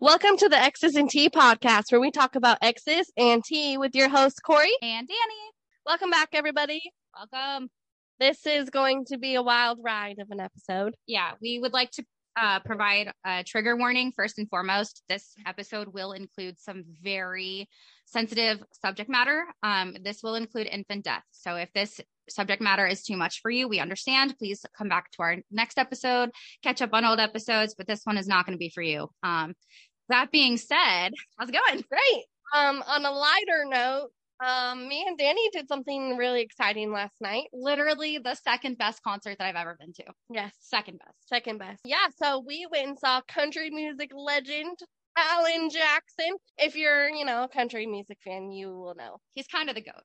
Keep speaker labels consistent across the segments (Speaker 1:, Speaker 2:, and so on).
Speaker 1: Welcome to the X's and T podcast, where we talk about X's and T with your host, Corey.
Speaker 2: And Danny,
Speaker 1: Welcome back, everybody.
Speaker 2: welcome.
Speaker 1: This is going to be a wild ride of an episode.
Speaker 2: Yeah, we would like to uh, provide a trigger warning first and foremost. This episode will include some very sensitive subject matter. Um, this will include infant death. So if this subject matter is too much for you, we understand. Please come back to our next episode, catch up on old episodes, but this one is not going to be for you. Um, that being said, how's it going?
Speaker 1: Great. Um, on a lighter note, um, me and Danny did something really exciting last night.
Speaker 2: Literally the second best concert that I've ever been to.
Speaker 1: Yes,
Speaker 2: Second best.
Speaker 1: second best. Yeah, so we went and saw country music legend Alan Jackson. If you're, you know, a country music fan, you will know.
Speaker 2: He's kind of the goat.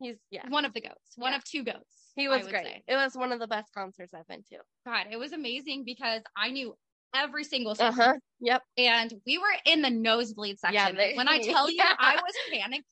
Speaker 1: He's yeah.
Speaker 2: One of the goats. One
Speaker 1: Yeah.
Speaker 2: of two goats.
Speaker 1: He
Speaker 2: I
Speaker 1: was
Speaker 2: would
Speaker 1: great.
Speaker 2: say.
Speaker 1: It was one of the best concerts I've been to.
Speaker 2: God, it was amazing because I knew every single
Speaker 1: Uh
Speaker 2: song,
Speaker 1: huh. Yep.
Speaker 2: and we were in the nosebleed section.
Speaker 1: they-
Speaker 2: when I tell you,
Speaker 1: yeah.
Speaker 2: I was panicking.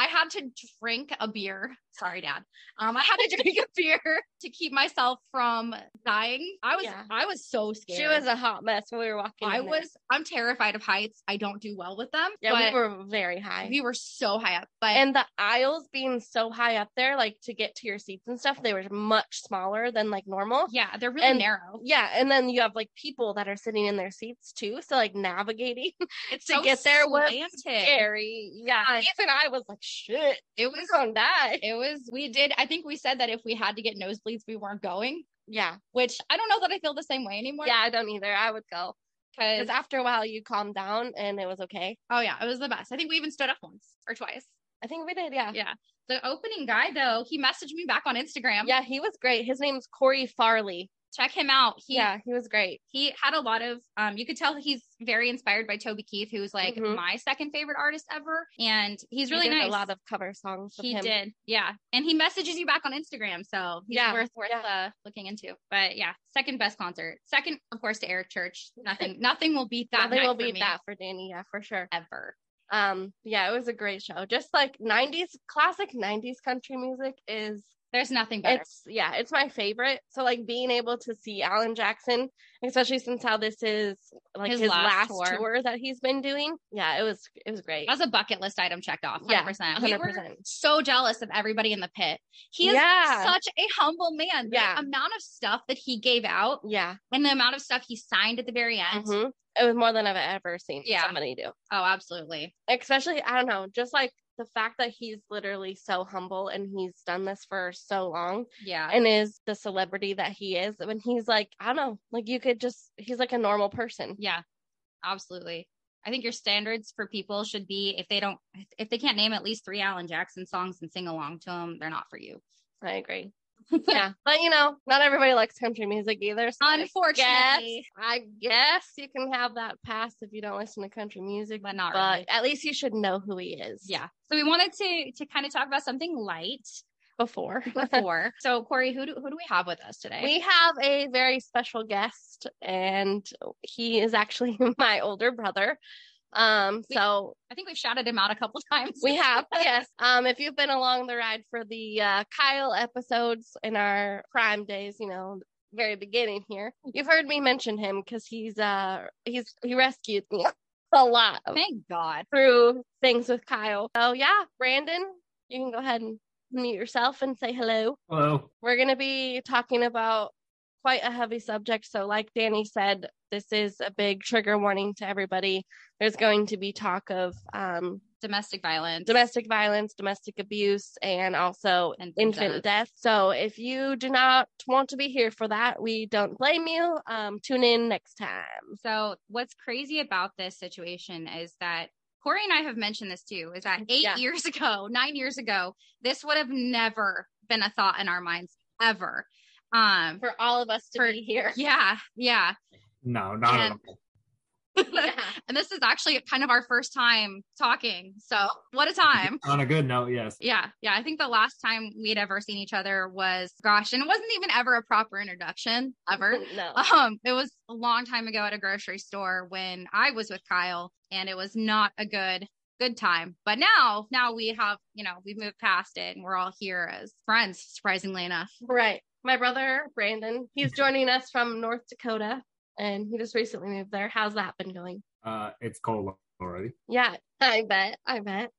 Speaker 2: I had to drink a beer. Sorry, Dad. Um, I had to drink a beer to keep myself from dying. I was,
Speaker 1: Yeah.
Speaker 2: I was so scared.
Speaker 1: She was a hot mess when we were walking.
Speaker 2: I
Speaker 1: in there.
Speaker 2: was. I'm terrified of heights. I don't do well with them.
Speaker 1: Yeah,
Speaker 2: but
Speaker 1: we were very high.
Speaker 2: we were so high up, but
Speaker 1: and the aisles being so high up there, like to get to your seats and stuff, they were much smaller than like normal.
Speaker 2: yeah, they're really
Speaker 1: and-
Speaker 2: narrow.
Speaker 1: Yeah, and then you have like people that are sitting in their seats too, so like navigating
Speaker 2: It's
Speaker 1: to
Speaker 2: so
Speaker 1: get there was
Speaker 2: slanted.
Speaker 1: scary. Yeah, even I was like, "Shit,
Speaker 2: It
Speaker 1: we're
Speaker 2: was.
Speaker 1: gonna die."
Speaker 2: It was. We did. I think we said that if we had to get nosebleeds, we weren't going.
Speaker 1: Yeah,
Speaker 2: which I don't know that I feel the same way anymore.
Speaker 1: yeah, I don't either. I would go because
Speaker 2: Because,
Speaker 1: after a while you calm down and it was okay.
Speaker 2: oh, yeah, it was the best. I think we even stood up once or twice.
Speaker 1: I think we did. Yeah,
Speaker 2: Yeah. The opening guy, though, he messaged me back on Instagram.
Speaker 1: yeah, he was great. His name's Corey Farley.
Speaker 2: Check him out. He,
Speaker 1: yeah, he was great.
Speaker 2: He had a lot of, um, you could tell he's very inspired by Toby Keith, who's like
Speaker 1: Mhm.
Speaker 2: my second favorite artist ever. And he's
Speaker 1: He
Speaker 2: really
Speaker 1: did
Speaker 2: nice.
Speaker 1: A lot of cover songs. of
Speaker 2: he
Speaker 1: him.
Speaker 2: did. Yeah. And he messages you back on Instagram. So he's
Speaker 1: Yeah,
Speaker 2: worth worth
Speaker 1: yeah.
Speaker 2: uh, looking into. But yeah, second best concert. Second, of coure, to Eric Church. Nothing nothing will beat that.
Speaker 1: Nothing
Speaker 2: night
Speaker 1: will
Speaker 2: for
Speaker 1: beat
Speaker 2: me
Speaker 1: that for Danny. Yeah, for sure.
Speaker 2: ever.
Speaker 1: Um, yeah, it was a great show. Just like '90s classic '90s country music is.
Speaker 2: There's nothing better.
Speaker 1: It's yeah, it's my favorite. So like being able to see Alan Jackson, especially since how this is like his,
Speaker 2: His
Speaker 1: last,
Speaker 2: last
Speaker 1: tour.
Speaker 2: tour.
Speaker 1: that he's been doing. Yeah, it was it was great.
Speaker 2: That was a bucket list item checked off. 100%.
Speaker 1: Yeah,
Speaker 2: We
Speaker 1: 100%.
Speaker 2: were so jealous of everybody in the pit. He is
Speaker 1: Yeah.
Speaker 2: such a humble man. The
Speaker 1: Yeah.
Speaker 2: amount of stuff that he gave out
Speaker 1: yeah,
Speaker 2: and the amount of stuff he signed at the very end.
Speaker 1: mhm. it was more than I've ever seen
Speaker 2: Yeah.
Speaker 1: somebody do.
Speaker 2: Oh, absolutely.
Speaker 1: Especially I don't know, just like the fact that he's literally so humble and he's done this for so long.
Speaker 2: Yeah.
Speaker 1: and is the celebrity that he is when he's like i don't know like you could just he's like a normal person
Speaker 2: yeah. Absolutely. I think your standards for people should be if they don't if they can't name at least 3 Alan Jackson songs and sing along to them, they're not for you.
Speaker 1: i agree yeah but you know not everybody likes country music either so I guess,
Speaker 2: Unfortunately,
Speaker 1: I guess you can have that pass if you don't listen to country music
Speaker 2: but not
Speaker 1: but
Speaker 2: really.
Speaker 1: at least you should know who he is
Speaker 2: Yeah. So we wanted to to kind of talk about something light
Speaker 1: before
Speaker 2: before. so Corey, who do who do we have with us today?
Speaker 1: we have a very special guest and he is actually my older brother um
Speaker 2: We-
Speaker 1: so
Speaker 2: I think we've shouted him out a couple times.
Speaker 1: We have, yes. Um, if you've been along the ride for the uh, Kyle episodes in our prime days, you know, very beginning here, you've heard me mention him because he's uh he's he rescued me a lot
Speaker 2: Thank God.
Speaker 1: through things with Kyle. So yeah, Brandon, you can go ahead and mute yourself and say hello.
Speaker 3: Hello.
Speaker 1: We're gonna be talking about quite a heavy subject. So like Danny said, this is a big trigger warning to everybody. There's going to be talk of um
Speaker 2: Domestic violence.
Speaker 1: domestic violence, domestic abuse, and also
Speaker 2: and
Speaker 1: infant death. So if you do not want to be here for that, we don't blame you. Um, tune in next time.
Speaker 2: So what's crazy about this situation is that Corey and I have mentioned this too, is that eight
Speaker 1: Yeah.
Speaker 2: years ago, nine years ago, this would have never been a thought in our minds ever. Um
Speaker 1: For all of us to
Speaker 2: For-
Speaker 1: be here.
Speaker 2: yeah, yeah.
Speaker 3: No, not at
Speaker 2: And-
Speaker 3: all.
Speaker 2: And this is actually kind of our first time talking. So what a time.
Speaker 3: On a good note, yes.
Speaker 2: Yeah, yeah. I think the last time we'd ever seen each other was gosh, and it wasn't even ever a proper introduction ever.
Speaker 1: No.
Speaker 2: Um, it was a long time ago at a grocery store when I was with Kyle, and it was not a good good time. But now, now we have, you know, we've moved past it, and we're all here as friends. Surprisingly enough,
Speaker 1: Right. My brother, Brandon, he's joining us from North Dakota and he just recently moved there. How's that been going?
Speaker 3: Uh, it's cold already.
Speaker 1: Yeah, I bet. I bet.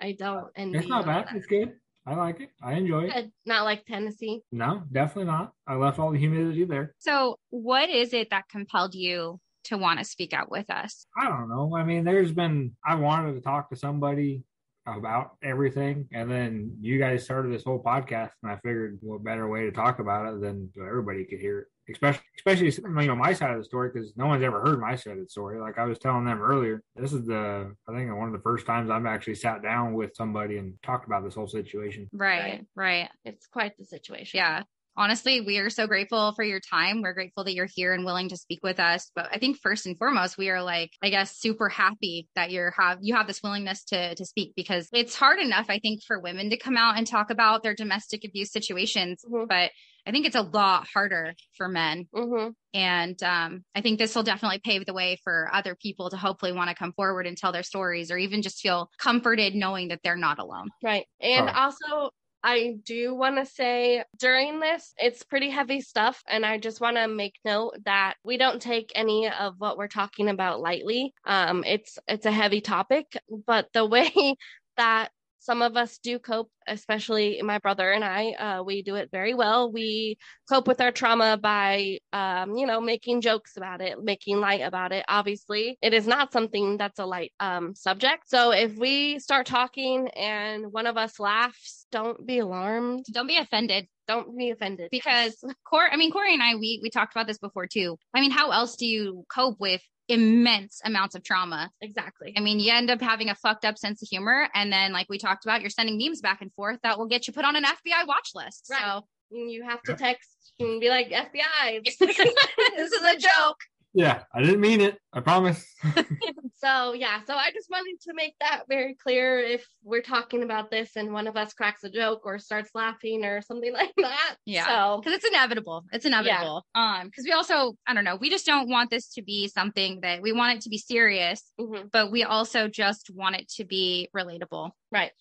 Speaker 1: I don't. And
Speaker 3: It's not bad. It's good. I like it. I enjoy it.
Speaker 1: Not like Tennessee.
Speaker 3: No, definitely not. I left all the humidity there.
Speaker 2: So, what is it that compelled you to want to speak out with us?
Speaker 3: I don't know. I mean, there's been I wanted to talk to somebody about everything, and then you guys started this whole podcast, and I figured what better way to talk about it than so everybody could hear it, especially especially you know my side of the story because no one's ever heard my side of the story. Like I was telling them earlier, this is the I think one of the first times I've actually sat down with somebody and talked about this whole situation.
Speaker 2: Right, right.
Speaker 1: It's quite the situation.
Speaker 2: Yeah. Honestly, we are so grateful for your time. We're grateful that you're here and willing to speak with us. But I think first and foremost, we are like, I guess, super happy that you're have you have this willingness to to speak because it's hard enough, I think, for women to come out and talk about their domestic abuse situations.
Speaker 1: Mhm.
Speaker 2: But I think it's a lot harder for men
Speaker 1: Mhm.
Speaker 2: And um, I think this will definitely pave the way for other people to hopefully want to come forward and tell their stories or even just feel comforted knowing that they're not alone.
Speaker 1: Right. And
Speaker 3: Huh.
Speaker 1: also, I do want to say during this, it's pretty heavy stuff. And I just want to make note that we don't take any of what we're talking about lightly. Um, it's it's a heavy topic, but the way that some of us do cope, especially my brother and I, uh, we do it very well. We cope with our trauma by, um, you know, making jokes about it, making light about it. Obviously, it is not something that's a light um, subject. So if we start talking and one of us laughs, don't be alarmed.
Speaker 2: Don't be offended
Speaker 1: Don't be offended
Speaker 2: because Corey, I mean, Corey and I, we, we talked about this before too. I mean, how else do you cope with immense amounts of trauma?
Speaker 1: exactly.
Speaker 2: I mean, you end up having a fucked up sense of humor. And then, like we talked about, you're sending memes back and forth that will get you put on an FBI watch list.
Speaker 1: Right.
Speaker 2: So
Speaker 1: You have to text and be like FBI.
Speaker 2: this is a joke.
Speaker 3: Yeah, I didn't mean it. I promise.
Speaker 1: so yeah so i just wanted to make that very clear if we're talking about this and one of us cracks a joke or starts laughing or something like that
Speaker 2: Yeah.
Speaker 1: so
Speaker 2: because it's inevitable. It's inevitable. Um, because we also, I don't know, we just don't want this to be something that we want it to be serious,
Speaker 1: mhm,
Speaker 2: but we also just want it to be relatable.
Speaker 1: right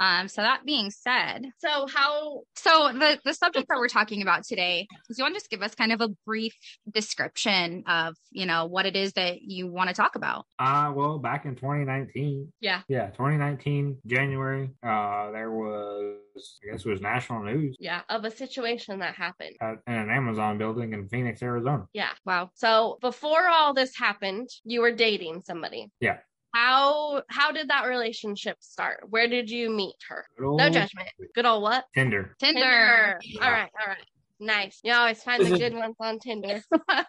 Speaker 2: Um, so that being said,
Speaker 1: so how
Speaker 2: so the the subject that we're talking about today, do you want to just give us kind of a brief description of you know what it is that you want to talk about?
Speaker 3: Uh, well, back in 2019.
Speaker 1: Yeah.
Speaker 3: Yeah, 2019, January, uh, there was, I guess it was national news
Speaker 1: yeah of a situation that happened
Speaker 3: at, in an Amazon building in Phoenix, Arizona.
Speaker 1: yeah
Speaker 2: Wow.
Speaker 1: so before all this happened you were dating somebody
Speaker 3: Yeah.
Speaker 1: how how did that relationship start where did you meet her
Speaker 3: Good old
Speaker 1: no judgment good old what
Speaker 3: Tinder
Speaker 2: Tinder.
Speaker 1: all right all right nice you always find the good ones on tinder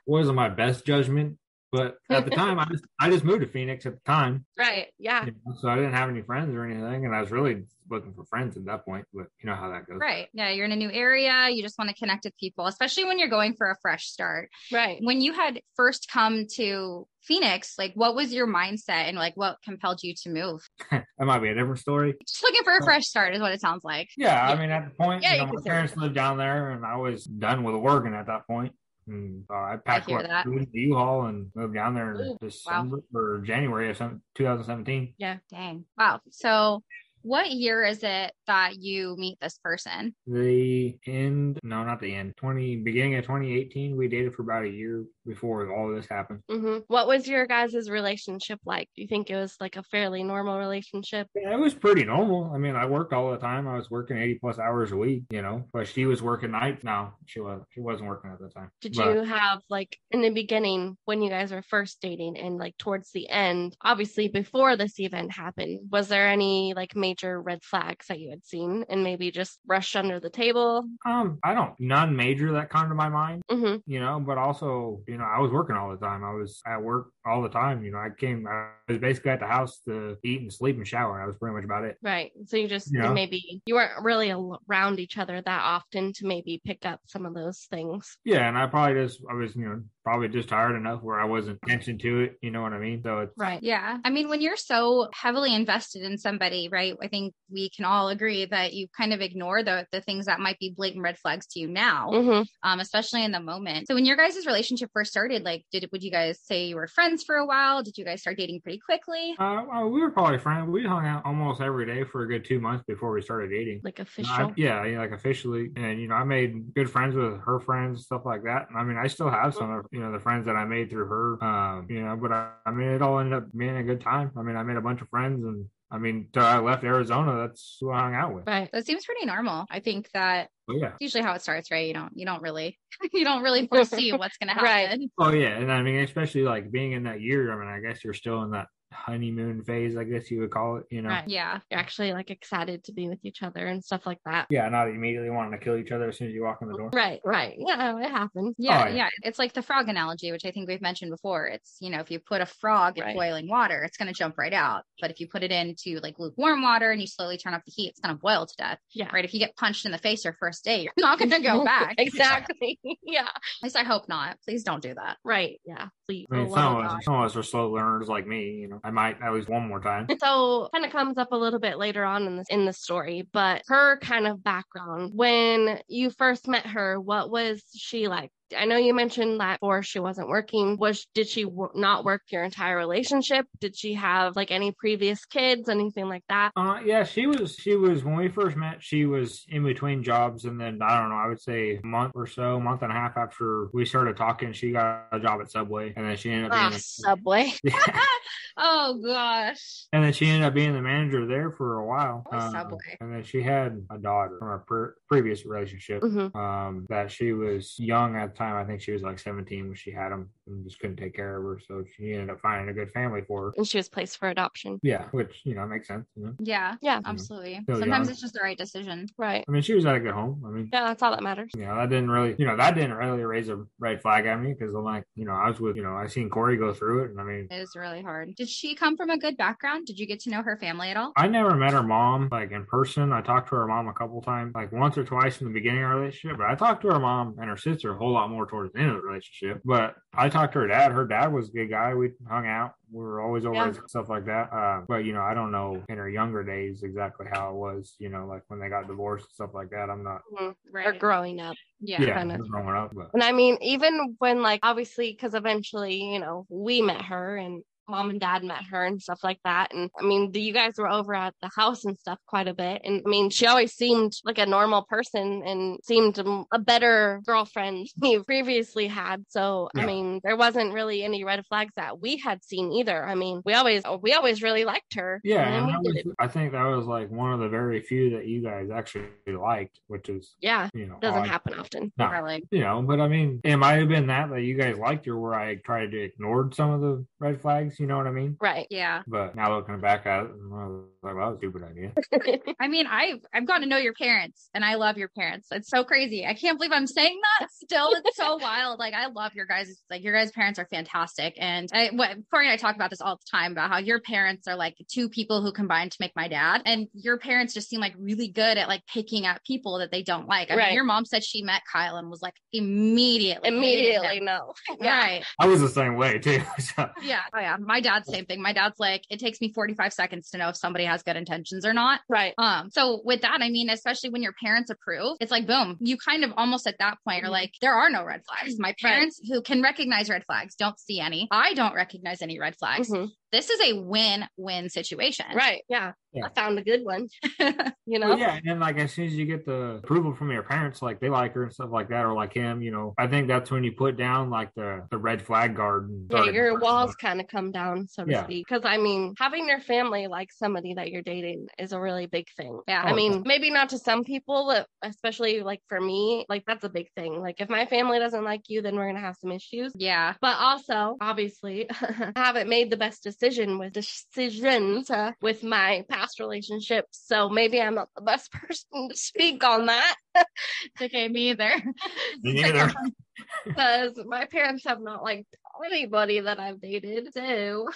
Speaker 3: wasn't my best judgment, but at the time, I just, I just moved to Phoenix at the time.
Speaker 1: right yeah
Speaker 3: you know, so I didn't have any friends or anything. And I was really looking for friends at that point, but you know how that goes.
Speaker 2: Right. Yeah, you're in a new area. You just want to connect with people, especially when you're going for a fresh start.
Speaker 1: right
Speaker 2: when you had first come to Phoenix, like what was your mindset and like what compelled you to move?
Speaker 3: That might be a different story.
Speaker 2: Just looking for a fresh start is what it sounds like.
Speaker 3: Yeah,
Speaker 1: Yeah.
Speaker 3: I mean, at the point,
Speaker 1: Yeah,
Speaker 3: you
Speaker 1: you
Speaker 3: know,
Speaker 1: can
Speaker 3: my
Speaker 1: say
Speaker 3: parents lived down there, and I was done with working at that point. And so I packed
Speaker 2: hear
Speaker 3: up
Speaker 2: that.
Speaker 3: food in the U-Haul and moved down there in
Speaker 1: Ooh,
Speaker 3: December or January of some- 2017.
Speaker 2: Dang. Wow. So what year is it that you meet this person?
Speaker 3: The end, no, not the end. Twenty beginning of 2018, we dated for about a year before all of this happened.
Speaker 1: hmm What was your guys' relationship like? Do you think it was like a fairly normal relationship?
Speaker 3: Yeah, it was pretty normal. I mean, I worked all the time. I was working 80 plus hours a week, you know. But she was working nights. No, she was she wasn't working at the time.
Speaker 1: Did
Speaker 3: But-
Speaker 1: you have like in the beginning when you guys were first dating and like towards the end, obviously before this event happened, was there any like major red flags that you had seen and maybe just brushed under the table?
Speaker 3: Um, I don't none major that come to my mind.
Speaker 1: hmm
Speaker 3: you know but also you know i was working all the time i was at work all the time you know i came i was basically at the house to eat and sleep and shower i was pretty much about it
Speaker 1: Right. So you just
Speaker 3: Yeah.
Speaker 1: maybe you weren't really al- around each other that often to maybe pick up some of those things.
Speaker 3: yeah and i probably just i was you know probably just tired enough where i wasn't attention to it you know what i mean so it's
Speaker 1: Right.
Speaker 2: Yeah. I mean, when you're so heavily invested in somebody, right? I think we can all agree that you kind of ignore the the things that might be blatant red flags to you now.
Speaker 1: hmm
Speaker 2: um, especially in the moment. So when your guys' relationship first started, like, did would you guys say you were friends for a while? Did you guys start dating pretty quickly?
Speaker 3: uh, well, we were probably friends we hung out almost every day for a good two months before we started dating
Speaker 1: Like
Speaker 3: And
Speaker 1: official.
Speaker 3: I- yeah, yeah, like officially, and you know, I made good friends with her friends, stuff like that. And I mean, I still have some, of- you know the friends that I made through her. Um, you know, but I, I mean, it all ended up being a good time. I mean, I made a bunch of friends, and I mean, till I left Arizona, that's who I hung out with.
Speaker 1: Right.
Speaker 2: That seems pretty normal. I think that
Speaker 3: But yeah.
Speaker 2: usually how it starts, right? You don't you don't really you don't really foresee what's gonna
Speaker 1: Right.
Speaker 2: happen.
Speaker 3: Oh yeah, and I mean, especially like being in that year. I mean, I guess you're still in that honeymoon phase. I guess you would call it. You know.
Speaker 1: Right.
Speaker 2: Yeah.
Speaker 1: You're actually like excited to be with each other and stuff like that.
Speaker 3: Yeah, not immediately wanting to kill each other as soon as you walk in the door.
Speaker 1: Right, right. Oh, Yeah, it happens.
Speaker 2: Yeah,
Speaker 3: yeah.
Speaker 2: yeah, It's like the frog analogy, which I think we've mentioned before. It's, you know, if you put a frog in
Speaker 1: Right.
Speaker 2: boiling water, it's going to jump right out. But if you put it into like lukewarm water and you slowly turn up the heat, it's going to boil to death,
Speaker 1: Yeah.
Speaker 2: right? If you get punched in the face your first day, you're not going to go back.
Speaker 1: exactly. yeah.
Speaker 2: At least I hope not. Please don't do that.
Speaker 1: Right. Yeah. Please.
Speaker 3: I mean,
Speaker 1: Oh,
Speaker 3: some
Speaker 1: my
Speaker 3: of,
Speaker 1: gosh.
Speaker 3: us, some of us are slow learners like me. You know, I might at least one more time.
Speaker 1: so kind of comes up a little bit later on in the in the story but her kind of background when you first met her what was she like i know you mentioned that before she wasn't working was did she w- not work your entire relationship did she have like any previous kids anything like that
Speaker 3: Uh, yeah, she was. She was when we first met. She was in between jobs, and then I don't know. I would say a month or so, month and a half after we started talking, she got a job at Subway, and then she ended up
Speaker 1: Ah,
Speaker 3: being.
Speaker 1: subway
Speaker 3: Yeah.
Speaker 2: oh gosh.
Speaker 3: And then she ended up being the manager there for a while.
Speaker 2: Oh,
Speaker 3: Um,
Speaker 2: Subway.
Speaker 3: And then she had a daughter from a pre- previous relationship.
Speaker 2: Mm-hmm.
Speaker 1: Mhm.
Speaker 3: Um, that she was young at the time. I think she was like 17 when she had him and just couldn't take care of her. So she ended up finding a good family for her.
Speaker 1: and she was placed for adoption
Speaker 3: Yeah, which, you know, makes sense. You know?
Speaker 2: Yeah, Mm-hmm.
Speaker 1: yeah
Speaker 2: absolutely.
Speaker 3: Still
Speaker 2: Sometimes
Speaker 3: young.
Speaker 2: it's just the right decision.
Speaker 1: right
Speaker 3: I mean, she was at a good home. I mean,
Speaker 1: yeah that's all that matters
Speaker 3: you know, that didn't really, you know, that didn't really raise a red flag at me because I'm like, you know, I was with, you know, I seen Corey go through it. And I mean,
Speaker 2: It is really hard. Did she come from a good background? Did you get to know her family at all?
Speaker 3: I never met her mom like in person. I talked to her mom a couple times, like once or twice in the beginning of our relationship. But I talked to her mom and her sister a whole lot more towards the end of the relationship. But I talked to her dad. Her dad was a good guy. We hung out. We were always over
Speaker 1: Yeah.
Speaker 3: and stuff like that. Uh, but you know, I don't know in her younger days exactly how it was. You know, like when they got divorced and stuff like that. I'm not.
Speaker 1: or Mm-hmm. growing up
Speaker 2: Yeah.
Speaker 3: Yeah,
Speaker 1: kinda.
Speaker 3: I was growing up, but
Speaker 1: And I mean, even when like obviously, because eventually, you know, we met her and mom and dad met her and stuff like that. And I mean, the, you guys were over at the house and stuff quite a bit. And I mean, she always seemed like a normal person and seemed m- a better girlfriend you previously had. So I
Speaker 3: Yeah.
Speaker 1: mean, there wasn't really any red flags that we had seen either. I mean, we always we always really liked her.
Speaker 3: Yeah,
Speaker 1: and then
Speaker 3: and
Speaker 1: we
Speaker 3: that was-
Speaker 1: didn't.
Speaker 3: I think that was like one of the very few that you guys actually liked, which is
Speaker 1: yeah,
Speaker 3: you know
Speaker 1: doesn't
Speaker 3: odd.
Speaker 1: happen often.
Speaker 3: No.
Speaker 2: Really.
Speaker 3: you know, but I mean, it might have been that that you guys liked her, where I tried to ignore some of the red flags. You know what I mean?
Speaker 1: Right.
Speaker 2: Yeah.
Speaker 3: But now looking back at it, I was like, well, that was a stupid idea.
Speaker 2: I mean, I've I've gotten to know your parents and I love your parents. It's so crazy. I can't believe I'm saying that still. It's so wild. Like I love your guys, like your guys' parents are fantastic. And I what Corey and I talk about this all the time about how your parents are like two people who combined to make my dad. And your parents just seem like really good at like picking out people that they don't like. I
Speaker 1: Right.
Speaker 2: mean, your mom said she met Kyle and was like immediately hated
Speaker 1: Immediately,
Speaker 2: him.
Speaker 1: no.
Speaker 2: Right.
Speaker 3: I was the same way too. So,
Speaker 2: Yeah. Oh yeah. My dad's same thing. My dad's like, it takes me 45 seconds to know if somebody has good intentions or not.
Speaker 1: Right.
Speaker 2: Um, so with that, I mean, especially when your parents approve, it's like boom, you kind of almost at that point are
Speaker 1: Mhm.
Speaker 2: like, there are no red flags. My parents who can recognize red flags don't see any. I don't recognize any red flags.
Speaker 1: Mhm.
Speaker 2: This is a win-win situation.
Speaker 1: Right. Yeah.
Speaker 3: Yeah.
Speaker 1: I found a good one. You know?
Speaker 3: well, yeah, and then like as soon as you get the approval from your parents, like they like her and stuff like that, or like him, you know, I think that's when you put down like the the red flag guard. and
Speaker 1: Yeah,
Speaker 3: started-
Speaker 1: your walls kind of come down, so to
Speaker 3: Yeah.
Speaker 1: speak. Because I mean, having your family like somebody that you're dating is a really big thing.
Speaker 2: Yeah.
Speaker 1: I
Speaker 3: Oh,
Speaker 1: mean,
Speaker 3: yeah.
Speaker 1: maybe not to some people, but especially like for me, like that's a big thing. Like if my family doesn't like you, then we're gonna have some issues.
Speaker 2: Yeah.
Speaker 1: But also, obviously, I haven't made the best decision with decisions uh, with my past relationships, so maybe I'm not the best person to speak on that.
Speaker 2: okay. Me either.
Speaker 3: Me neither.
Speaker 1: because my parents have not liked anybody that I've dated. So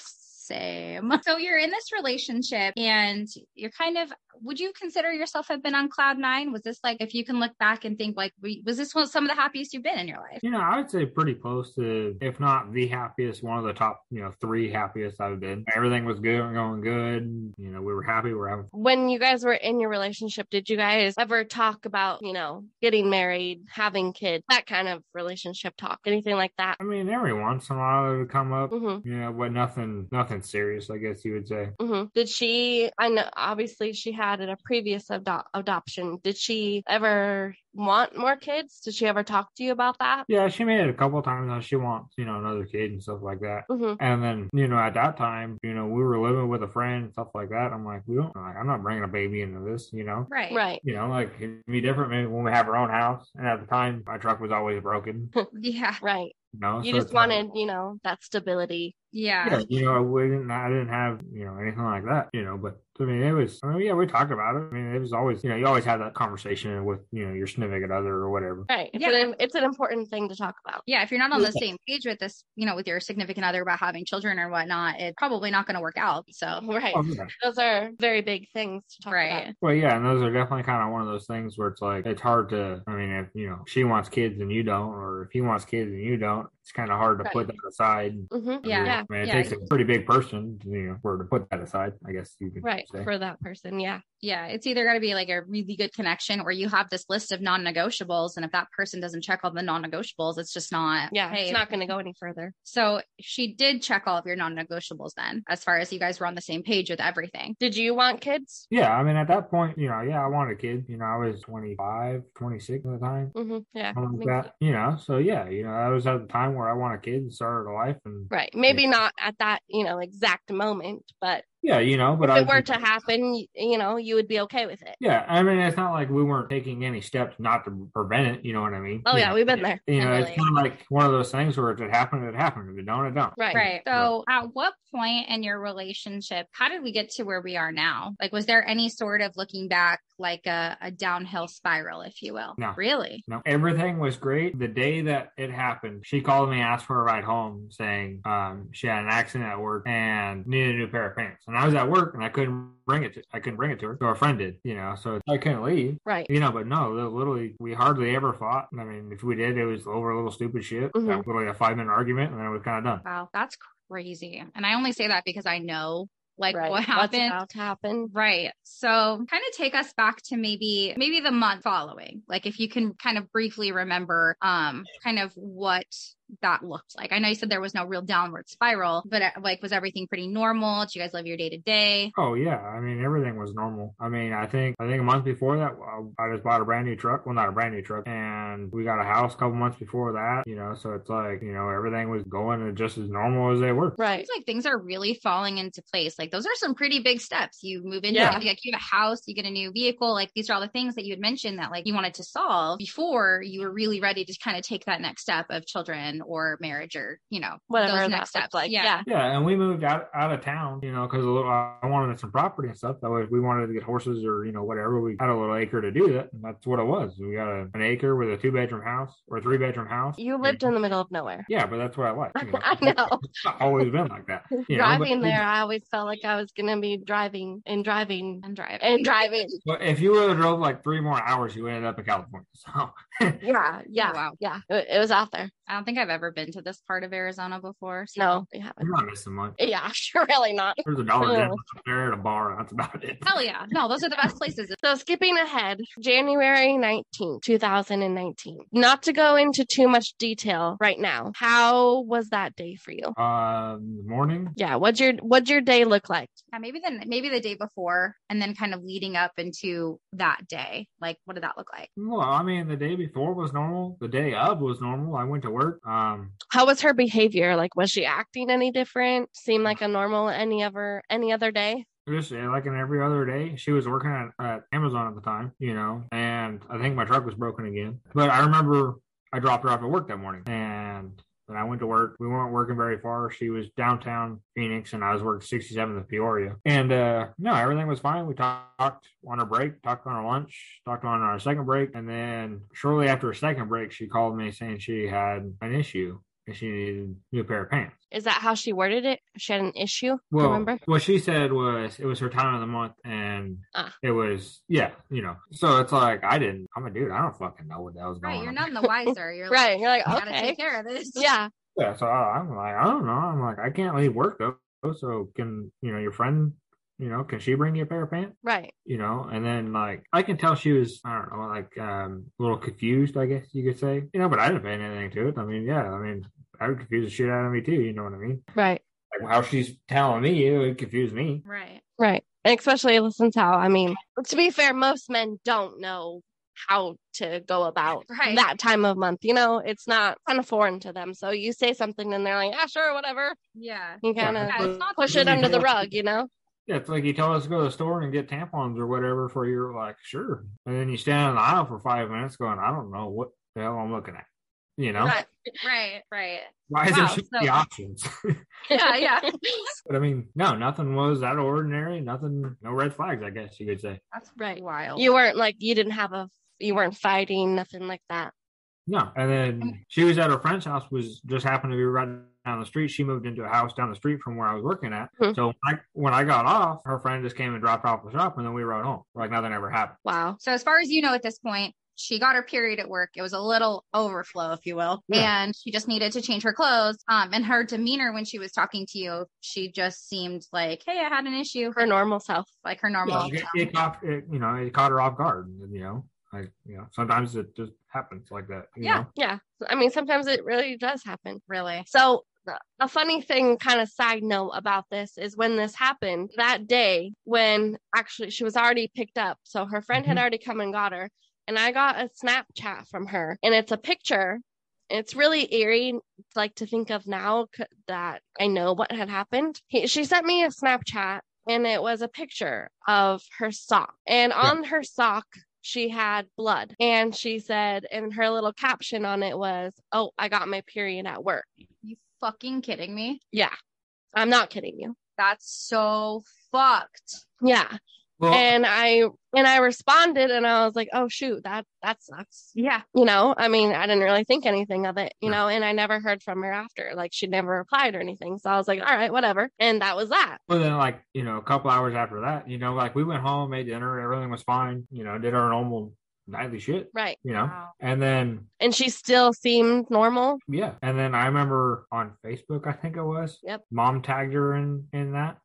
Speaker 2: Same. So you're in this relationship and you're kind of, would you consider yourself have been on cloud nine? Was this like, if you can look back and think like, we- was this one, some of the happiest you've been in your life?
Speaker 3: You know, I would say pretty close to, if not the happiest, one of the top, you know, three happiest I've been. Everything was good, going good. You know, we were happy, we were having
Speaker 1: when you guys were in your relationship, did you guys ever talk about, you know, getting married, having kids, that kind of relationship talk, anything like that?
Speaker 3: I mean, every once in a while it would come up,
Speaker 1: hmm
Speaker 3: you know, but nothing, nothing serious, I guess you would say.
Speaker 1: hmm Did she? I know, obviously, she had a previous ado- adoption. Did she ever want more kids? Did she ever talk to you about that?
Speaker 3: Yeah, she made it a couple times how she wants, you know, another kid and stuff like that.
Speaker 1: Mhm.
Speaker 3: And then, you know, at that time, you know, we were living with a friend, stuff like that. I'm like, we don't, like, I'm not bringing a baby into this, you know?
Speaker 2: Right.
Speaker 1: Right.
Speaker 3: You know, like it'd be different maybe when we have our own house. And at the time, my truck was always broken, you
Speaker 2: Yeah.
Speaker 1: Right.
Speaker 3: know?
Speaker 1: You
Speaker 3: so
Speaker 1: just
Speaker 3: it's like-
Speaker 1: wanted, you know, that stability.
Speaker 2: Yeah.
Speaker 3: yeah, you know, we didn't, I didn't have, you know, anything like that, you know, but I mean, it was, I mean, yeah, we talked about it. I mean, it was always, you know, you always had that conversation with, you know, your significant other or whatever.
Speaker 1: Right. It's,
Speaker 2: Yeah.
Speaker 1: an, it's an important thing to talk about.
Speaker 2: Yeah, if you're not on the same page with this, you know, with your significant other about having children or whatnot, it's probably not going to work out. So,
Speaker 1: Right.
Speaker 3: Oh, yeah.
Speaker 1: Those are very big things to talk
Speaker 2: Right.
Speaker 1: about.
Speaker 3: Well, yeah, and those are definitely kind of one of those things where it's like it's hard to. I mean, if you know she wants kids and you don't, or if he wants kids and you don't, it's kind of hard to
Speaker 1: Right.
Speaker 3: put that aside.
Speaker 1: Mhm.
Speaker 2: Yeah.
Speaker 1: Yeah.
Speaker 3: I mean, it
Speaker 2: Yeah.
Speaker 3: takes a pretty big person, to, you know, for to put that aside. I guess you could
Speaker 1: Right.
Speaker 3: say.
Speaker 1: For that person. Yeah.
Speaker 2: yeah, it's either got to be like a really good connection or you have this list of non negotiables. And if that person doesn't check all the non negotiables, it's just not.
Speaker 1: Yeah.
Speaker 2: hey.
Speaker 1: It's not going to go any further.
Speaker 2: So, she did check all of your non negotiables then, as far as you guys were on the same page with everything.
Speaker 1: Did you want kids?
Speaker 3: Yeah, I mean, at that point, you know, yeah, I wanted a kid. You know, I was 25, 26 at the time.
Speaker 1: hmm Yeah.
Speaker 3: something like
Speaker 1: Makes
Speaker 3: that, you know, so yeah, you know, I was at the time where I wanted kids and started a life, and
Speaker 1: Right. Maybe not at that, you know, exact moment, but
Speaker 3: yeah, you know, but I
Speaker 1: if it
Speaker 3: was
Speaker 1: were
Speaker 3: just-
Speaker 1: to happen, y- you know, you would be okay with it.
Speaker 3: Yeah, I mean, it's not like we weren't taking any steps not to prevent it. You know what I mean?
Speaker 1: Oh,
Speaker 3: You
Speaker 1: yeah.
Speaker 3: know,
Speaker 1: We've been there.
Speaker 3: you know,
Speaker 2: Totally.
Speaker 3: it's kind of like one of those things where if it happened, it happened. If it don't, it don't.
Speaker 1: Right.
Speaker 2: So, at what point in your relationship, how did we get to where we are now? Like, was there any sort of looking back, like a, a downhill spiral, if you will?
Speaker 3: No.
Speaker 2: Really?
Speaker 3: No, everything was great. The day that it happened, she called me, asked for a ride home, saying um, she had an accident at work and needed a new pair of pants. And I was at work and I couldn't bring it. To, I couldn't bring it to her. So a friend did, you know. So I couldn't leave,
Speaker 1: Right.
Speaker 3: you know. But no, li- literally, we hardly ever fought. I mean, if we did, it was over a little stupid shit,
Speaker 1: Mhm.
Speaker 3: Uh, literally a five minute argument, and then it was kind of done.
Speaker 2: Wow, that's crazy. And I only say that because I know like
Speaker 1: right.
Speaker 2: what
Speaker 1: What's
Speaker 2: happened.
Speaker 1: about to happen.
Speaker 2: Right. So kind of take us back to maybe maybe the month following. Like if you can kind of briefly remember um kind of what that looked like. I know you said there was no real downward spiral, but uh, like was everything pretty normal? Did you guys live your day to day?
Speaker 3: Oh yeah, I mean everything was normal. I mean, I think I think a month before that, I, I just bought a brand new truck. Well, not a brand new truck, and we got a house a couple months before that. You know, so it's like you know everything was going just as normal as they were.
Speaker 1: Right.
Speaker 2: It's like things are really falling into place. Like those are some pretty big steps. You move into
Speaker 1: Yeah.
Speaker 2: like you have a house, you get a new vehicle. Like these are all the things that you had mentioned that like you wanted to solve before you were really ready to kind of take that next step of children or marriage or you know
Speaker 1: Whatever
Speaker 2: those
Speaker 1: that
Speaker 2: next
Speaker 1: looked
Speaker 2: steps.
Speaker 1: like.
Speaker 2: Yeah.
Speaker 1: Yeah.
Speaker 3: Yeah, and we moved out out of town, you know, because I wanted some property and stuff. That way, if we wanted to get horses or you know whatever. We had a little acre to do that, and that's what it was. We got a, an acre with a two bedroom house or three bedroom house.
Speaker 1: You lived in the middle of nowhere.
Speaker 3: Yeah, but that's what I like. You know?
Speaker 1: I know.
Speaker 3: It's not always been like that. you know, but-
Speaker 1: driving there, I always felt like I was going to be driving and driving
Speaker 2: and drive.
Speaker 1: and driving.
Speaker 3: But if you would have drove like three more hours, you ended up in California. So
Speaker 1: Yeah. Yeah.
Speaker 2: wow.
Speaker 1: Yeah. Oh, It, it was out there.
Speaker 2: I don't think I've ever been to this part of Arizona before. So.
Speaker 1: No, we haven't.
Speaker 3: you're not missing much.
Speaker 1: Yeah, really not.
Speaker 3: There's a dollar
Speaker 1: Oh.
Speaker 3: general up there at a bar. That's about it.
Speaker 2: Hell yeah. No, those are the best places.
Speaker 1: So, skipping ahead, January 19, 2019. Not to go into too much detail right now. How was that day for you?
Speaker 3: Um, morning.
Speaker 1: Yeah, what's your what's your day look like?
Speaker 2: Yeah, maybe then maybe the day before and then kind of leading up into that day. Like what did that look like?
Speaker 3: Well, I mean, the day before was normal. The day of was normal. I went to work. Um,
Speaker 1: How was her behavior? Like was she acting any different? Seemed like a normal any other any other day?
Speaker 3: just uh, like in every other day, she was working at, at Amazon at the time, you know, and I think my truck was broken again. But I remember I dropped her off at work that morning and then I went to work. We weren't working very far. She was downtown Phoenix and I was working 67th of Peoria. And uh, no, everything was fine. We talked on our break, talked on our lunch, talked on our second break. And then shortly after her second break, she called me saying she had an issue and she needed a new pair of pants.
Speaker 1: Is that how she worded it? She had an issue.
Speaker 3: Well,
Speaker 1: remember?
Speaker 3: what she said was it was her time of the month, and
Speaker 1: Ah.
Speaker 3: it was yeah, you know. So it's like I didn't. I'm a dude. I don't fucking know what that was going
Speaker 2: Right. You're none
Speaker 3: on.
Speaker 2: the wiser. You're
Speaker 1: Right. You're like,
Speaker 2: like, gotta
Speaker 1: okay.
Speaker 2: take care of this.
Speaker 1: Yeah.
Speaker 3: yeah. So I, I'm like, I don't know. I'm like, I can't leave work though. So can you know your friend? You know, can she bring you a pair of pants?
Speaker 1: Right.
Speaker 3: You know, and then like I can tell she was I don't know like um a little confused. I guess you could say you know, but I didn't pay anything to it. I mean, yeah, I mean. I would confuse the shit out of me too. You know what I mean?
Speaker 1: Right.
Speaker 3: Like how she's telling me, it would confuse me.
Speaker 2: Right.
Speaker 1: Right. And especially since how I mean, to be fair, most men don't know how to go about
Speaker 2: Right.
Speaker 1: that time of month. You know, it's not kind of foreign to them. So you say something and they're like, ah, sure, whatever.
Speaker 2: Yeah.
Speaker 1: You kind of
Speaker 3: Yeah.
Speaker 2: Yeah, it's not
Speaker 1: push it under the rug, you know?
Speaker 3: Yeah, it's like you tell us to go to the store and get tampons or whatever for your like, sure. And then you stand in the aisle for five minutes going, I don't know what the hell I'm looking at. You know?
Speaker 1: Right.
Speaker 2: right, right.
Speaker 3: Why is
Speaker 2: Wow,
Speaker 3: there so many
Speaker 2: so-
Speaker 3: options?
Speaker 2: Yeah, yeah.
Speaker 3: but I mean, no, nothing was that ordinary. Nothing, no red flags, I guess you could say.
Speaker 2: That's
Speaker 1: Right.
Speaker 2: Wild.
Speaker 1: You weren't like, you didn't have a, you weren't fighting, nothing like that.
Speaker 3: No. And then she was at her friend's house, was just happened to be right down the street. She moved into a house down the street from where I was working at.
Speaker 1: Hmm.
Speaker 3: So when I, when I got off, her friend just came and dropped off the shop and then we rode home. Like nothing ever happened.
Speaker 1: Wow.
Speaker 2: So as far as you know at this point, she got her period at work. It was a little overflow, if you will,
Speaker 3: Yeah.
Speaker 2: and she just needed to change her clothes. Um, and her demeanor when she was talking to you, she just seemed like, "Hey, I had an issue,"
Speaker 1: Her normal self.
Speaker 2: like her
Speaker 3: Yeah,
Speaker 2: normal.
Speaker 3: it, it caught it, you know it caught her off guard. and, You know, like you know, sometimes it just happens like that. You
Speaker 2: Yeah.
Speaker 3: know?
Speaker 1: Yeah. I mean, sometimes it really does happen.
Speaker 2: Really,
Speaker 1: So the- a funny thing, kind of side note about this is when this happened that day when actually she was already picked up. So her friend had
Speaker 3: Mhm.
Speaker 1: already come and got her. And I got a Snapchat from her and it's a picture. It's really eerie, like to think of now c- that I know what had happened. He, she sent me a Snapchat and it was a picture of her sock. And
Speaker 3: Yeah.
Speaker 1: on her sock, she had blood. And she said, and her little caption on it was, Oh, I got my period at work.
Speaker 2: you fucking kidding me?
Speaker 1: Yeah. I'm not kidding you.
Speaker 2: That's so fucked.
Speaker 1: Yeah.
Speaker 3: Well,
Speaker 1: And I and I responded and I was like, "Oh shoot, that that sucks."
Speaker 2: Yeah,
Speaker 1: You know, I mean, I didn't really think anything of it, you
Speaker 3: Yeah.
Speaker 1: know, and I never heard from her after. Like she never replied or anything. So I was like, "All right, whatever." And that was that.
Speaker 3: well, then like you know, a couple hours after that, you know, like we went home, made dinner, everything was fine. You know, did our normal nightly shit.
Speaker 1: Right.
Speaker 3: You know,
Speaker 2: Wow.
Speaker 3: and then
Speaker 1: And she still seemed normal.
Speaker 3: yeah, and then I remember on Facebook, I think it was.
Speaker 1: Yep.
Speaker 3: Mom tagged her in in that.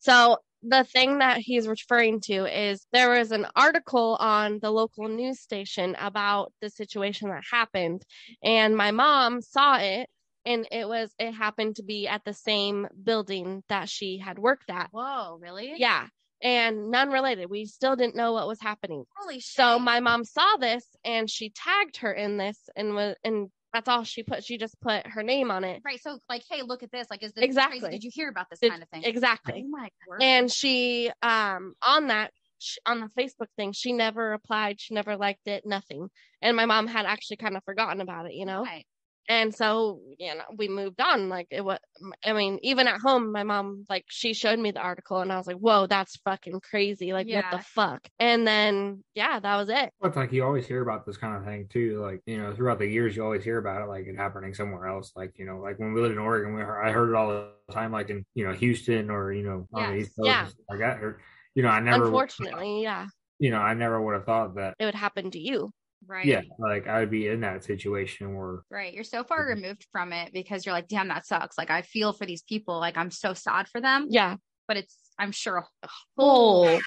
Speaker 1: So the thing that he's referring to is there was an article on the local news station about the situation that happened. And my mom saw it and it was it happened to be at the same building that she had worked at.
Speaker 2: Whoa, really?
Speaker 1: Yeah. And none related. We still didn't know what was happening.
Speaker 2: Holy shit.
Speaker 1: So my mom saw this and she tagged her in this and was and that's all she put. She just put her name on it.
Speaker 2: right. So like, hey, look at this. Like, is this
Speaker 1: Exactly.
Speaker 2: Crazy? Did you hear about this
Speaker 1: Did-
Speaker 2: kind of thing?
Speaker 1: Exactly.
Speaker 2: Oh my word.
Speaker 1: and she um on that sh on the facebook thing she never replied she never liked it nothing and my mom had actually kind of forgotten about it you know
Speaker 2: Right.
Speaker 1: and so you know we moved on like it was i mean even at home my mom like she showed me the article and i was like whoa that's fucking crazy like what
Speaker 2: Yeah.
Speaker 1: the fuck and then yeah that was it
Speaker 3: Well, It's like you always hear about this kind of thing too. Like you know, throughout the years, you always hear about it, like it happening somewhere else. Like you know, like when we lived in Oregon, we heard, I heard it all the time, like in you know Houston or you know on the
Speaker 2: Yes,
Speaker 3: East Coast.
Speaker 1: yeah.
Speaker 3: and stuff Like that, or you know, I never,
Speaker 1: unfortunately yeah
Speaker 3: you know, I never would have thought that.
Speaker 1: it would happen to you
Speaker 2: Right.
Speaker 3: Yeah, like I'd be in that situation where
Speaker 2: Right. You're so far
Speaker 1: Mm-hmm.
Speaker 2: removed from it because you're like, damn, that sucks. Like, I feel for these people. Like, I'm so sad for them,
Speaker 1: yeah
Speaker 2: but it's, I'm sure, a whole
Speaker 1: whole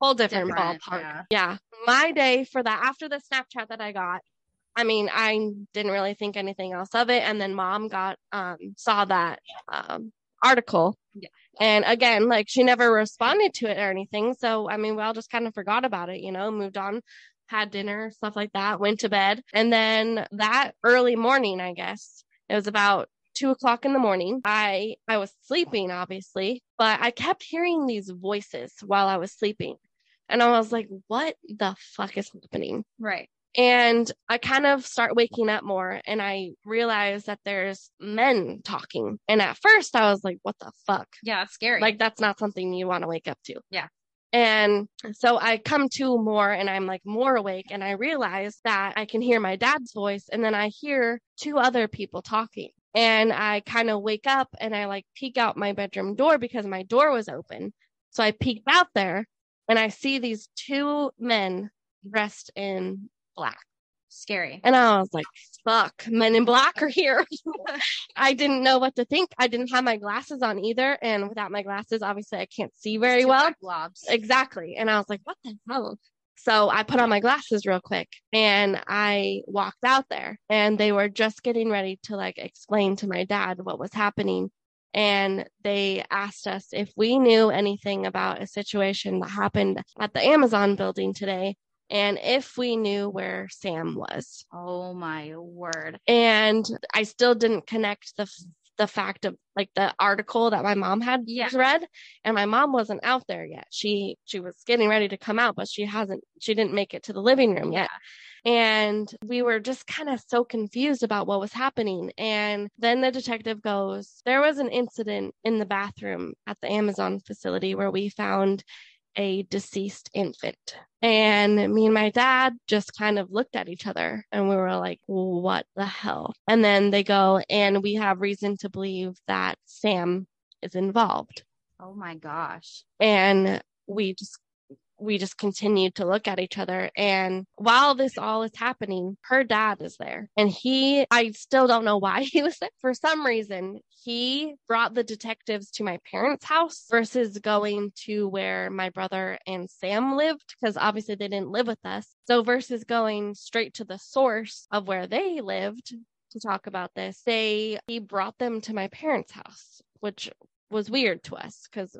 Speaker 1: whole different,
Speaker 2: Different,
Speaker 1: ballpark.
Speaker 2: yeah.
Speaker 1: Yeah. My day for that after the Snapchat that I got, I mean, I didn't really think anything else of it. And then mom got um saw that um article.
Speaker 2: Yeah.
Speaker 1: And again, like she never responded to it or anything. So I mean we all just kind of forgot about it, you know, moved on, had dinner, stuff like that, went to bed. And then that early morning, I guess, it was about two o'clock in the morning. I I was sleeping, obviously, but I kept hearing these voices while I was sleeping, and I was like, "What the fuck is happening?"
Speaker 2: right.
Speaker 1: And I kind of start waking up more, and I realize that there's men talking. And at first, I was like, "What the fuck?"
Speaker 2: Yeah. It's scary.
Speaker 1: Like that's not something you want to wake up to.
Speaker 2: Yeah.
Speaker 1: And so I come to more and I'm like more awake and I realize that I can hear my dad's voice and then I hear two other people talking. And I kind of wake up and I like peek out my bedroom door because my door was open. So I peeked out there and I see these two men dressed in black.
Speaker 2: scary.
Speaker 1: And I was like, fuck, men in black are here. I didn't know what to think. I didn't have my glasses on either. And without my glasses, obviously, I can't see very
Speaker 2: Two
Speaker 1: well.
Speaker 2: black blobs.
Speaker 1: Exactly. And I was like, what the hell? So I put on my glasses real quick and I walked out there and they were just getting ready to like explain to my dad what was happening. And they asked us if we knew anything about a situation that happened at the Amazon building today and if we knew where Sam was.
Speaker 2: Oh my word.
Speaker 1: And I still didn't connect the f- the fact of like the article that my mom had
Speaker 2: Yeah.
Speaker 1: read and my mom wasn't out there yet. She she was getting ready to come out but she hasn't she didn't make it to the living room yet. And we were just kind of so confused about what was happening. And then the detective goes, There was an incident in the bathroom at the Amazon facility where we found a deceased infant. And me and my dad just kind of looked at each other and we were like, What the hell? And then they go, And we have reason to believe that Sam is involved.
Speaker 2: Oh my gosh.
Speaker 1: And we just we just continued to look at each other. And while this all is happening, her dad is there. And he, I still don't know why he was there. For some reason, he brought the detectives to my parents' house versus going to where my brother and Sam lived, because obviously they didn't live with us. So versus going straight to the source of where they lived to talk about this, they, he brought them to my parents' house, which was weird to us because.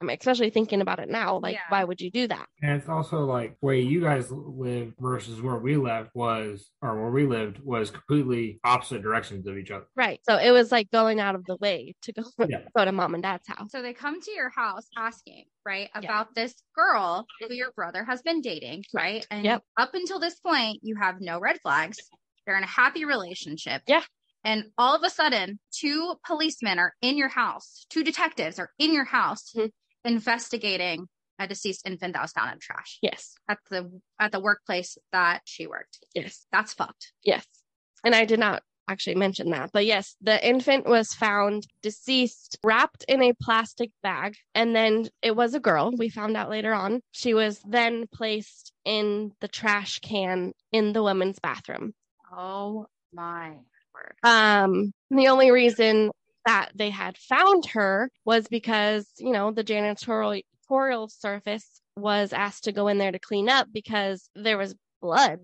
Speaker 1: I'm especially thinking about it now. Like,
Speaker 2: Yeah.
Speaker 1: why would you do that?
Speaker 3: And it's also like where you guys lived versus where we left was, or where we lived was completely opposite directions of each other.
Speaker 1: Right. So it was like going out of the way to go
Speaker 3: Yeah.
Speaker 1: go to mom and dad's house.
Speaker 2: So they come to your house asking, right,
Speaker 1: Yeah.
Speaker 2: about this girl who your brother has been dating, right? And
Speaker 1: Yep.
Speaker 2: up until this point, you have no red flags. They're in a happy relationship.
Speaker 1: Yeah.
Speaker 2: And all of a sudden, two policemen are in your house, two detectives are in your house
Speaker 1: Mhm.
Speaker 2: investigating a deceased infant that was found in trash
Speaker 1: Yes.
Speaker 2: at the at the workplace that she worked.
Speaker 1: Yes.
Speaker 2: That's fucked.
Speaker 1: Yes. And I did not actually mention that. But yes, the infant was found deceased, wrapped in a plastic bag. And then it was a girl. We found out later on. She was then placed in the trash can in the women's bathroom.
Speaker 2: Oh my word.
Speaker 1: Um, the only reason that they had found her was because, you know, the janitorial janitorial service was asked to go in there to clean up because there was blood.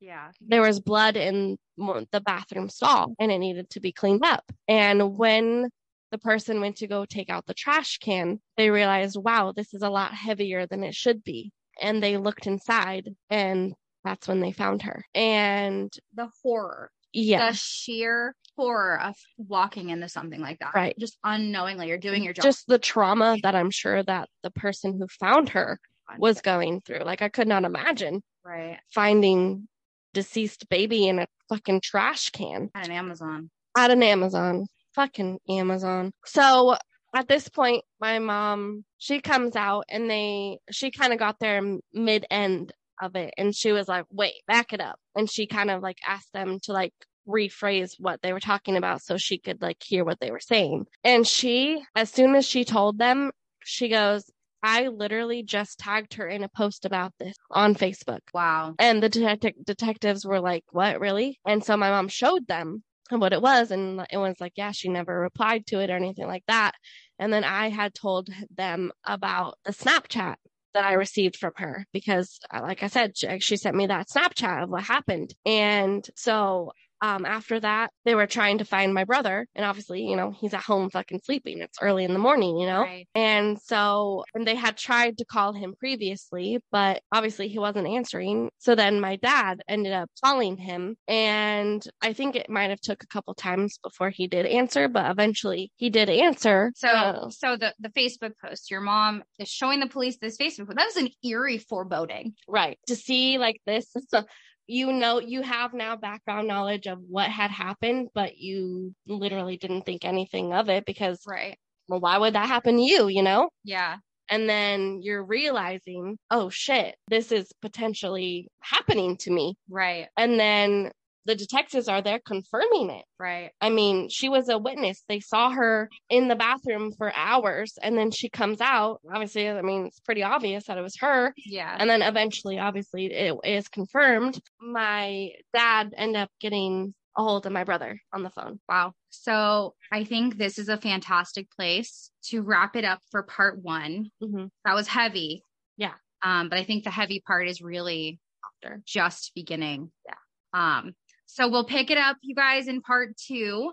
Speaker 2: Yeah.
Speaker 1: There was blood in mo- the bathroom stall and it needed to be cleaned up. And when the person went to go take out the trash can, they realized, wow, this is a lot heavier than it should be. And they looked inside and that's when they found her. And
Speaker 2: The horror
Speaker 1: yeah.
Speaker 2: the sheer horror of walking into something like that.
Speaker 1: Right.
Speaker 2: Just unknowingly, you're doing your job.
Speaker 1: just the trauma that I'm sure that the person who found her was going through. Like I could not imagine
Speaker 2: right
Speaker 1: finding deceased baby in a fucking trash can
Speaker 2: at an Amazon.
Speaker 1: at an Amazon. Fucking Amazon. So at this point, my mom, she comes out and they, she kind of got there mid end of it. And she was like, wait, back it up. And she kind of like asked them to like rephrase what they were talking about so she could like hear what they were saying. And she, as soon as she told them, she goes, I literally just tagged her in a post about this on Facebook.
Speaker 2: Wow.
Speaker 1: And the detect- detectives were like, "What, really?" And so my mom showed them what it was, and it was like, "Yeah, she never replied to it or anything like that." And then I had told them about the Snapchat that I received from her because, uh, like I said, she, she sent me that Snapchat of what happened, and so. Um, after that, they were trying to find my brother. And obviously, you know, he's at home fucking sleeping. It's early in the morning, you know?
Speaker 2: Right.
Speaker 1: And so, and they had tried to call him previously, but obviously he wasn't answering. So then my dad ended up calling him, and I think it might have took a couple times before he did answer, but eventually he did answer.
Speaker 2: So,
Speaker 1: Uh,
Speaker 2: so the the Facebook post, your mom is showing the police this Facebook. post. That was an eerie foreboding.
Speaker 1: right to see like this, you know, you have now background knowledge of what had happened, but you literally didn't think anything of it because,
Speaker 2: Right.
Speaker 1: well, why would that happen to you? You know.
Speaker 2: Yeah.
Speaker 1: And then you're realizing, oh shit, this is potentially happening to me.
Speaker 2: Right.
Speaker 1: And then the detectives are there confirming it.
Speaker 2: Right.
Speaker 1: I mean, she was a witness. They saw her in the bathroom for hours and then she comes out. Obviously, I mean, it's pretty obvious that it was her.
Speaker 2: Yeah.
Speaker 1: And then eventually, obviously, it is confirmed. My dad ended up getting a hold of my brother on the phone.
Speaker 2: Wow. So I think this is a fantastic place to wrap it up for part one.
Speaker 1: Mm-hmm.
Speaker 2: That was heavy.
Speaker 1: Yeah.
Speaker 2: Um, but I think the heavy part is really
Speaker 1: After.
Speaker 2: just beginning. Yeah. Um, so we'll pick it up, you guys, in part two.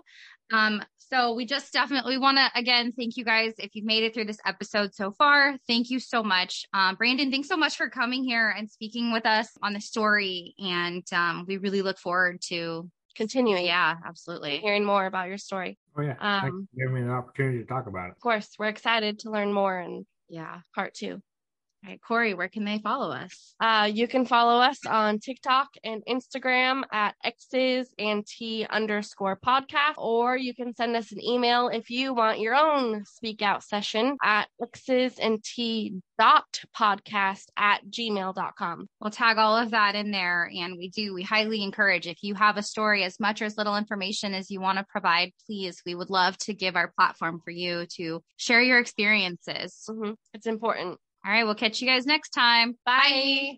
Speaker 2: Um, so we just definitely want to again thank you guys if you've made it through this episode so far. Thank you so much, um, Brandon. Thanks so much for coming here and speaking with us on the story, and um, we really look forward to
Speaker 1: Continuing, yeah,
Speaker 2: yeah, absolutely.
Speaker 1: hearing more about your story.
Speaker 3: Oh yeah, thanks
Speaker 1: Um,
Speaker 3: for giving me an opportunity to talk about it.
Speaker 1: Of course, we're excited to learn more and
Speaker 2: Yeah. All
Speaker 1: part two.
Speaker 2: right, Corey, where can they follow us?
Speaker 1: Uh, you can follow us on TikTok and Instagram at X's and T underscore podcast, or you can send us an email if you want your own speak out session at X's and T dot podcast at gmail.com.
Speaker 2: We'll tag all of that in there. And we do, we highly encourage if you have a story, as much or as little information as you want to provide, please, we would love to give our platform for you to share your experiences.
Speaker 1: Mhm. It's important.
Speaker 2: All right, we'll catch you guys next time. Bye.